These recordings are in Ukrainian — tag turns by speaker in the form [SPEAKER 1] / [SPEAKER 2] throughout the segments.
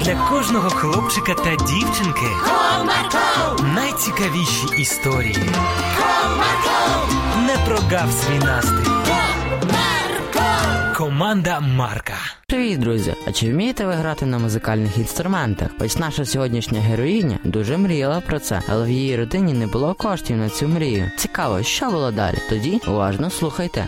[SPEAKER 1] для кожного хлопчика та дівчинки найцікавіші історії. Не прогав свій настрій. Команда Марка.
[SPEAKER 2] Привіт, друзі! А чи вмієте ви грати на музикальних інструментах? Ось наша сьогоднішня героїня дуже мріяла про це, але в її родині не було коштів на цю мрію. Цікаво, що було далі? Тоді уважно слухайте.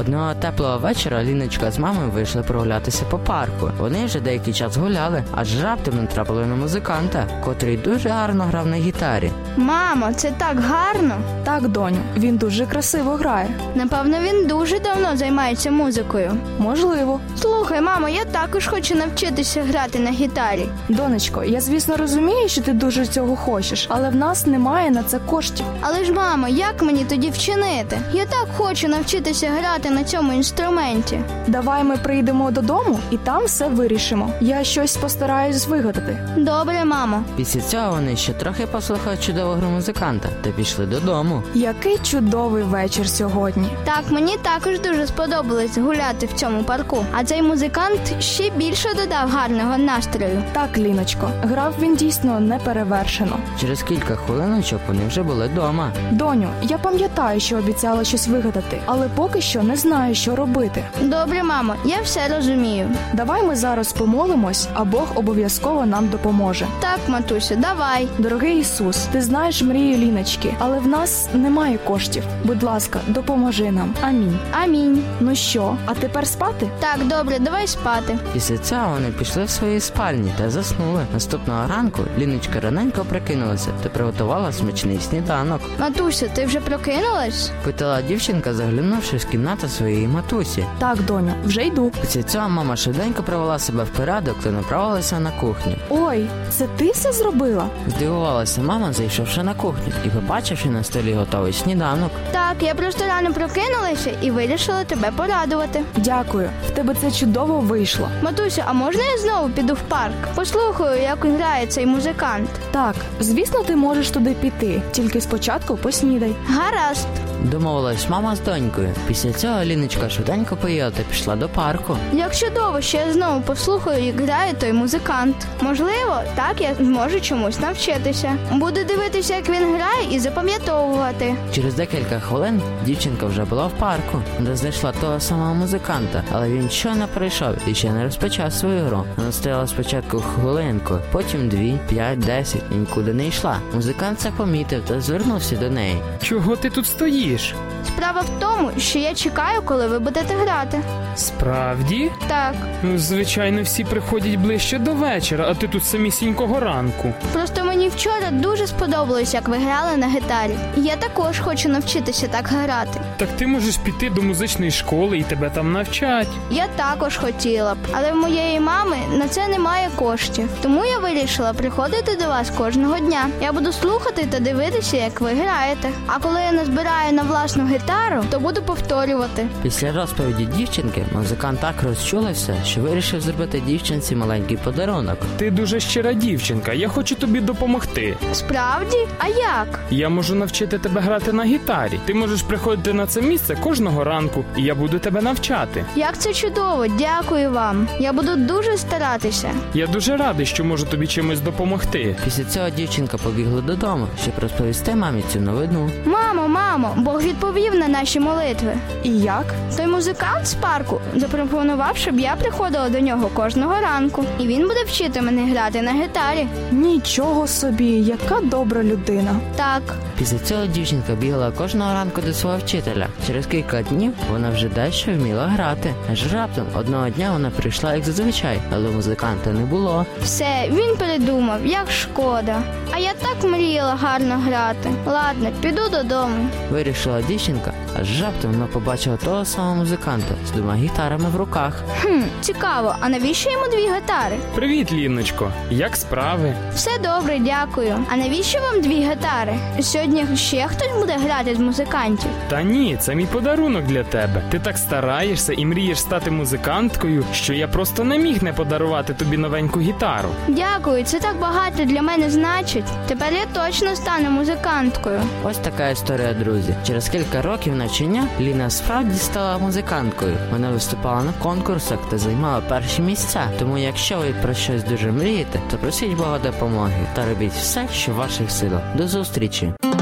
[SPEAKER 2] Одного теплого вечора Ліночка з мамою вийшли прогулятися по парку. Вони вже деякий час гуляли, аж раптом натрапили на музиканта, котрий дуже гарно грав на гітарі.
[SPEAKER 3] Мамо, це так гарно.
[SPEAKER 4] Так, доню, він дуже красиво грає.
[SPEAKER 3] Напевно, він дуже давно займається музикою.
[SPEAKER 4] Можливо.
[SPEAKER 3] Слухай, мамо, я також хочу навчитися грати на гітарі.
[SPEAKER 4] Донечко, я звісно розумію, що ти дуже цього хочеш, але в нас немає на це коштів.
[SPEAKER 3] Але ж, мамо, як мені тоді вчинити? Я так хочу навчитися грати на цьому інструменті.
[SPEAKER 4] Давай ми прийдемо додому і там все вирішимо. Я щось постараюсь вигадати.
[SPEAKER 3] Добре, мамо.
[SPEAKER 2] Після цього вони ще трохи послухали чудового музиканта та пішли додому.
[SPEAKER 4] Який чудовий вечір сьогодні.
[SPEAKER 3] Так, мені також дуже сподобалось гуляти в цьому парку. А цей музикант ще більше додав гарного настрою.
[SPEAKER 4] Так, Ліночко, грав він дійсно неперевершено.
[SPEAKER 2] Через кілька хвилиночок вони вже були вдома.
[SPEAKER 4] Доню, я пам'ятаю, що обіцяла щось вигадати, але поки що не знаю, що робити.
[SPEAKER 3] Добре, мамо, я все розумію.
[SPEAKER 4] Давай ми зараз помолимось, а Бог обов'язково нам допоможе.
[SPEAKER 3] Так, матусю, давай.
[SPEAKER 4] Дорогий Ісус, ти знаєш мрію Ліночки, але в нас немає коштів. Будь ласка, допоможи нам. Амінь.
[SPEAKER 3] Амінь.
[SPEAKER 4] Ну що, а тепер спати?
[SPEAKER 3] Так, добре, давай спати.
[SPEAKER 2] Після цього вони пішли в свої спальні та заснули. Наступного ранку Ліночка раненько прикинулася та приготувала смачний сніданок.
[SPEAKER 3] Матусю, ти вже прокинулась?
[SPEAKER 2] Питала дівчинка, заглянувши в кімнату своєї матусі.
[SPEAKER 4] Так, доню, вже йду.
[SPEAKER 2] Після цього мама швиденько привела себе в порядок та направилася на кухню.
[SPEAKER 4] Ой, це ти все зробила?
[SPEAKER 2] Здивувалася мама, зайшовши на кухню і побачивши на столі готовий сніданок.
[SPEAKER 3] Так, я просто рано прокинулася і вирішила тебе порадувати.
[SPEAKER 4] Дякую, в тебе це чудово вийшло.
[SPEAKER 3] Матусю, а можна я знову піду в парк? Послухаю, як грає цей музикант.
[SPEAKER 4] Так, звісно, ти можеш туди піти, тільки спочатку поснідай.
[SPEAKER 3] Гаразд.
[SPEAKER 2] Домовилась мама з донькою. Після цього Ліночка швиденько поїла та пішла до парку.
[SPEAKER 3] Як чудово, що я знову послухаю, як грає той музикант. Можливо, так я зможу чомусь навчитися. Буду дивитися, як він грає, і запам'ятовувати.
[SPEAKER 2] Через декілька хвилин дівчинка вже була в парку, де знайшла того самого музиканта, але він ще не прийшов і ще не розпочав свою гру. Вона стояла спочатку хвилинку, потім дві, п'ять, десять і нікуди не йшла. Музикант це помітив та звернувся до неї.
[SPEAKER 5] Чого ти тут стоїш?
[SPEAKER 3] Справа в тому, що я чекаю, коли ви будете грати.
[SPEAKER 5] Справді?
[SPEAKER 3] Так,
[SPEAKER 5] Ну, звичайно, всі приходять ближче до вечора, а ти тут самісінького ранку.
[SPEAKER 3] просто мені вчора дуже сподобалось, як ви грали на гітарі. І Я також хочу навчитися так грати.
[SPEAKER 5] Так ти можеш піти до музичної школи і тебе там навчать.
[SPEAKER 3] Я також хотіла б, але в моєї мами на це немає коштів. Тому я вирішила приходити до вас кожного дня. Я буду слухати та дивитися, як ви граєте. А коли я назбираю на власну гітару, то буду повторювати.
[SPEAKER 2] Після розповіді дівчинки музикант так розчулився, що вирішив зробити дівчинці маленький подарунок.
[SPEAKER 5] Ти дуже щира дівчинка, я хочу тобі допомогти.
[SPEAKER 3] Справді? А як?
[SPEAKER 5] Я можу навчити тебе грати на гітарі. Ти можеш приходити на це місце кожного ранку, і я буду тебе навчати.
[SPEAKER 3] Як це чудово! Дякую вам. Я буду дуже старатися.
[SPEAKER 5] Я дуже радий, що можу тобі чимось допомогти.
[SPEAKER 2] Після цього дівчинка побігла додому, щоб розповісти мамі цю новину.
[SPEAKER 3] Мамо, мамо, Бог відповів на наші молитви.
[SPEAKER 4] І як?
[SPEAKER 3] Той музикант з парку запропонував, щоб я приходила до нього кожного ранку, і він буде вчити мене грати на гітарі.
[SPEAKER 4] Нічого собі, яка добра людина.
[SPEAKER 3] Так,
[SPEAKER 2] Після цього дівчинка бігала кожного ранку до свого вчителя. Через кілька днів вона вже дещо вміла грати. Аж раптом одного дня вона прийшла як зазвичай, але музиканта не було.
[SPEAKER 3] все, він передумав, як шкода. А я так мріяла гарно грати. Ладно, піду додому.
[SPEAKER 2] Вирішила дівчинка, аж раптом вона побачила того самого музиканта з двома гітарами в руках.
[SPEAKER 3] Хм, цікаво, а навіщо йому дві гитари?
[SPEAKER 5] Привіт, Ліночко. Як справи?
[SPEAKER 3] Все добре, дякую. А навіщо вам дві гитари? Сьогодні ще хтось буде грати з музикантів.
[SPEAKER 5] Та ні, це мій подарунок для тебе. Ти так стараєшся і мрієш стати музиканткою, що я просто не міг не подарувати тобі новеньку гітару.
[SPEAKER 3] Дякую, це так багато для мене значить. Тепер я точно стану музиканткою.
[SPEAKER 2] Ось така історія, друзі. Через кілька років навчання Ліна справді стала музиканткою. Вона виступала на конкурсах та займала перші місця. Тому, якщо ви про щось дуже мрієте, то просіть Бога допомоги та робіть все, що в ваших силах. До зустрічі!